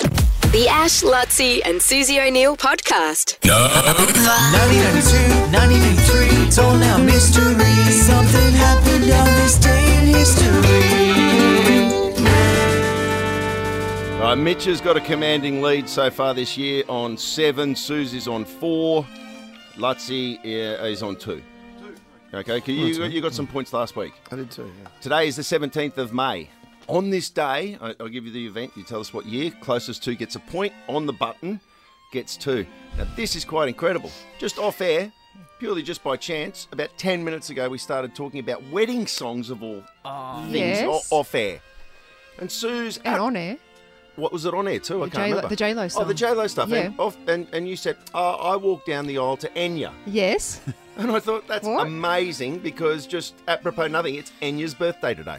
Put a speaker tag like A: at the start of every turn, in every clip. A: The Ash, Lutzi, and Susie O'Neill podcast.
B: No.
C: 1992, 1993, it's all now mystery. Something happened on this day in history.
D: All right, Uh, Mitch has got a commanding lead so far this year on seven. Susie's on four. Lutzi uh, is on two. Okay, 'cause you, you got some points last week.
E: I did too. Yeah.
D: Today is the 17th of May. On this day, I, I'll give you the event. You tell us what year. Closest to gets a point on the button, gets two. Now, this is quite incredible. Just off air, purely just by chance, about 10 minutes ago, we started talking about wedding songs of all things o-
F: Yes.
D: off air. And Sue's
F: and
D: out-
F: on air.
D: What was it on air too? I
F: The
D: can't
F: J-Lo-
D: remember.
F: the J-Lo
D: Oh, the
F: song.
D: J Lo stuff. And,
F: Yeah.
D: off, and and you said oh, I walked down the aisle to Enya,
F: Yes.
D: and I thought that's
F: What?
D: amazing because just apropos nothing, it's Enya's birthday today.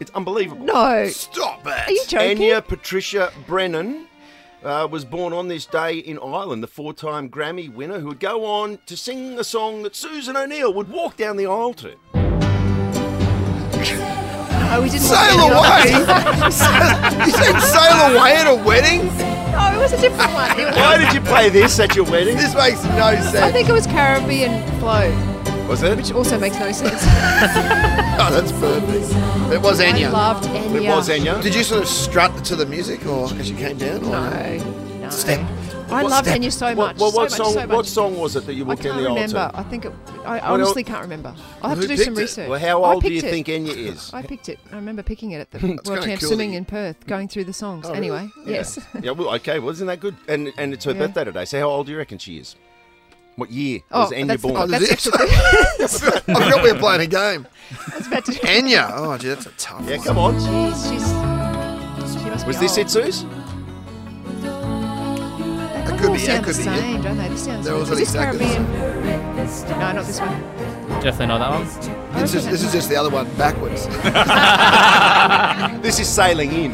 D: It's unbelievable.
F: No.
E: Stop it!
F: Are you joking?
D: Enya Patricia Brennan uh, was born on this day in Ireland, the four-time Grammy winner who would go on to sing a song that Susan O'Neill would walk down the aisle to.
F: No, Oh, we didn't
E: Sail
F: want to-
E: away! you said sail away at a wedding?
F: No, it was a different one. It was,
D: Why did you play this at your wedding?
E: This makes no
F: I
E: sense.
F: think it was Caribbean Flow,
E: Was it?
F: which also makes no sense.
E: Oh, that's perfect. It was
F: I
E: Enya.
F: loved Enya.
D: It was Enya.
E: Did you sort of strut to the music, or as you came down? or-
F: No, no.
E: Step.
F: I
E: What
F: loved
E: step?
F: Enya so
D: What,
F: much.
D: well, what
F: so
D: song?
F: much, so much.
D: what song was it that you
F: I
D: walked
F: can't
D: down the aisle
F: remember.
D: to?
F: I think it, I
D: Well,
F: honestly can't remember. I'll have
E: who
F: to do
E: picked
F: some
E: it?
F: research.
D: Well, how
F: I
D: old do
F: picked
D: you
F: it.
D: think Enya is?
F: I picked it. I remember picking it at the World
E: kinda
F: Champs
E: cool
F: Swimming
E: that
F: in Perth, going through the songs.
E: Oh,
F: anyway,
E: really?
F: yes.
D: Yeah, well, okay, well, isn't that good? And and it's her
F: Yeah.
D: birthday today. So how old do you reckon she is? What year
F: Oh,
D: was Enya
F: that's,
D: born?
F: oh,
E: that-
F: that's
E: Is
F: actually.
E: it?
F: I
E: I forgot we were playing a game.
F: was about to.
E: Enya. Oh, gee, that's a tough
D: yeah,
E: one.
D: come on.
F: Jeez, she's- she must
D: Was
F: be
D: this it,
F: old.
D: Suze?
F: They
E: could
F: kind of all
E: be- it
F: sound the
E: could be, yeah.
F: same, don't they? This sounds.
E: They're all
F: Is
E: sort of
F: this
E: exactly the
F: Caribbean? No, not this one.
G: Definitely not that one.
F: I
E: This is,
F: reckon
E: this is just the other one backwards.
D: This is sailing in.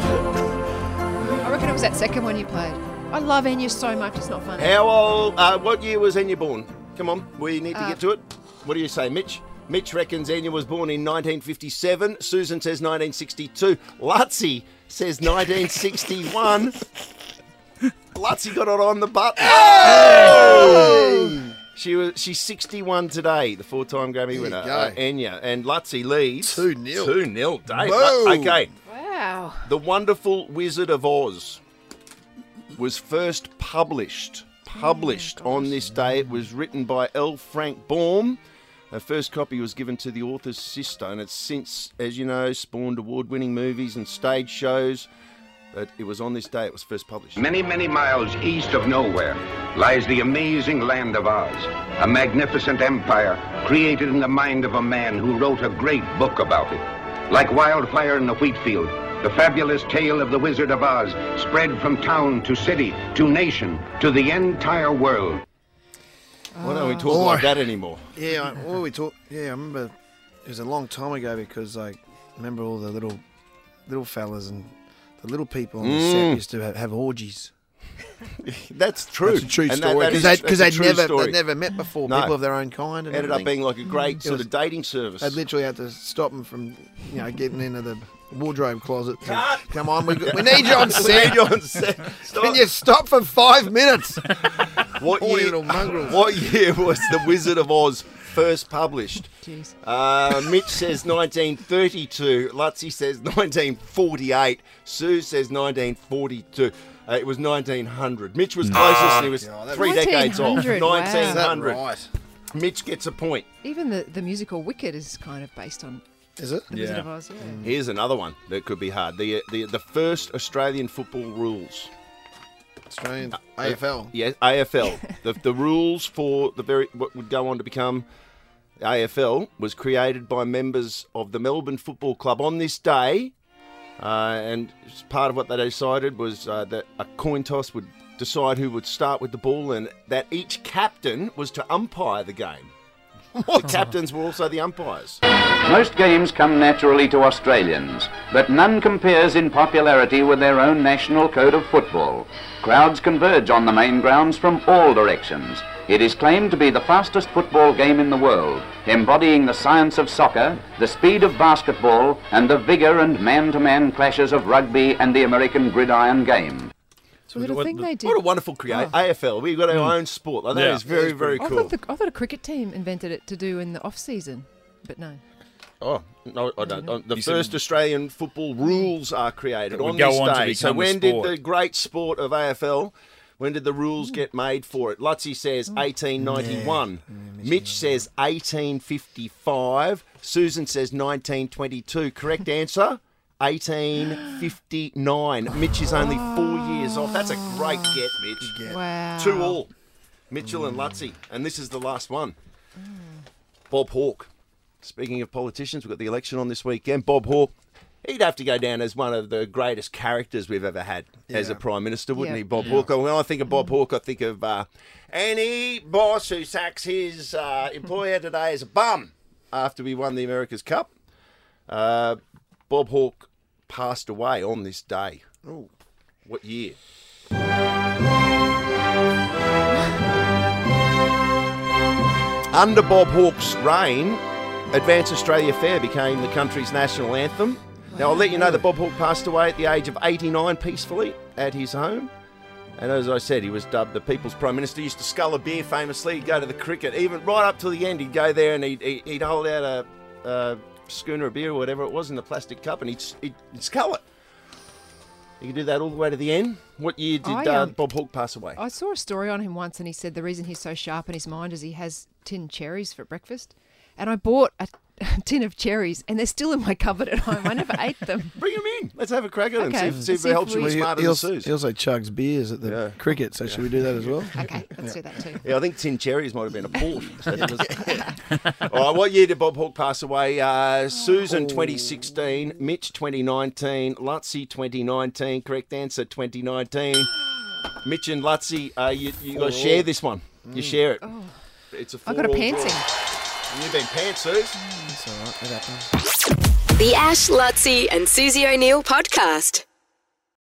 F: it- I reckon it was that second one you played. I love Enya so much. It's not funny.
D: How old? Uh, what year was Enya born? Come on, we need
E: Uh,
D: to get to it. What do you say, Mitch? Mitch reckons Enya was born in 1957. Susan says 1962. Lutzi says 1961. Lutzi got it on the button. She was she's 61 today, the four-time Grammy
E: you
D: winner
E: go.
D: uh, Enya, and Lutzi leads
E: 2-0.
D: Two 0 Dave.
E: Whoa.
D: Okay,
F: Wow.
D: the Wonderful Wizard of Oz was first published. Published on this day. It was written by L. Frank Baum. The first copy was given to the author's sister, and it's since, as you know, spawned award winning movies and stage shows. But it was on this day it was first published.
H: Many, many miles east of nowhere lies the amazing land of Oz, a magnificent empire created in the mind of a man who wrote a great book about it. Like wildfire in the wheat field, the fabulous tale of the Wizard of Oz spread from town to city to nation to the entire world.
D: Why don't we talk
E: Oh.
D: like that anymore?
E: Yeah, I, well, we talked. Yeah, I remember. It was a long time ago because I remember all the little, little fellas and the little people on the
D: Mm.
E: set used to have, have orgies.
D: That's true.
E: That's a true
D: And that-
E: story
D: that is-
E: because they'd, 'cause
D: that's a
E: they'd
D: true
E: never
D: story.
E: they'd never met before.
D: No.
E: People of their own kind and
D: ended up being like a great sort
E: was-
D: of dating service.
E: They literally had to stop them from, you know, getting into the wardrobe closet. to, Come on, we, we need you on set.
D: You're on set. Stop.
E: Can you stop for five minutes?
D: What
E: Horny
D: year,
E: little mongrels.
D: what year was The Wizard of Oz first published?
F: Jeez.
D: Uh, Mitch says 1932. Lutzi says 1948. Sue says 1942. Uh, it was 1900. Mitch was closest. and he was
E: that-
D: three decades off.
F: 1900, wow. Is that
D: 1900. Mitch gets a point.
F: Even the, the musical Wicked is kind of based on
E: Is it?
F: The Wizard of Oz. Yeah.
D: Here's another one that could be hard. The uh, the, the first Australian football rules.
E: Australian AFL.
D: Yes, AFL. the, the rules for the very what would go on to become AFL was created by members of the Melbourne Football Club on this day, uh, and s- part of what they decided was uh, that a coin toss would decide who would start with the ball, and that each captain was to umpire the game. the captains were also the umpires.
I: Most games come naturally to Australians, but none compares in popularity with their own national code of football. Crowds converge on the main grounds from all directions, It is claimed to be the fastest football game in the world, embodying the science of soccer, the speed of basketball, and the vigour and man to man clashes of rugby and the American gridiron game.
F: Was it a thing they did? Oh.
D: What a wonderful create AFL. We've got our own sport. Like, That
B: Yeah.
D: is very, very
F: I
D: cool.
F: thought, the, I thought a cricket team invented it to do in the off season, but no.
D: Oh no, I don't. Uh, The
B: You said-
D: first Australian football rules are created
B: That would
D: on
B: go
D: this
B: on to
D: day. So
B: become a
D: when did
B: sport.
D: the great sport of AFL? When did the rules get made for it? Lutzi says 1891. Mitch says 1855. Susan says 1922. Correct answer. 1859. Mitch is only four years off. That's a great get, Mitch.
F: Wow.
D: Two all. Mitchell and Lutzi. And this is the last one. Bob Hawke. Speaking of politicians, we've got the election on this weekend. Bob Hawke, he'd have to go down as one of the greatest characters we've ever had as a Prime Minister, wouldn't
F: Yeah.
D: he, Bob Hawke? When I think of Bob Hawke, I think of uh, any boss who sacks his uh, employer today as a bum after we won the America's Cup. Uh, Bob Hawke passed away on this day. Ooh. What year? Under Bob Hawke's reign, Advance Australia Fair became the country's national anthem. Now, I'll let you know that Bob Hawke passed away at the age of 89 peacefully at his home. And as I said, he was dubbed the People's Prime Minister. He used to scull a beer famously, he'd go to the cricket, even right up till the end, he'd go there and he'd, he'd he'd hold out a, a schooner of beer or whatever it was in a plastic cup and he'd, s- he'd, he'd scull it. He could do that all the way to the end. What year did
F: I,
D: uh,
F: um,
D: Bob Hawke pass away?
F: I saw a story on him once, and he said the reason he's so sharp in his mind is he has tin cherries for breakfast. And I bought a tin of cherries, and they're still in my cupboard at home. I never ate them.
D: Bring him in. Let's have a crack at him.
F: Okay.
D: See if, see if
F: See
D: it
F: if
D: helps you
F: we-
D: be
E: he,
D: smarter
E: he
D: than
E: also,
D: Suze.
E: he also chugs beers at the
D: Yeah.
E: cricket, so should we do that as well?
F: Okay, let's do that too.
D: Yeah, I think tin cherries might have been a port. All right, what year did Bob Hawke pass away? Uh,
F: Oh.
D: Susan 2016, Mitch 2019, Lutzi 2019. Correct answer 2019. Mitch and Lutzi, uh, you, you got to share this one. You share it. It's a
F: I Mm. Oh. got a
D: four-all
F: pantsing.
D: draw. You've been pants, Suze.
E: That's all right. That happens.
A: The Ash, Lutzi, and Susie O'Neill podcast.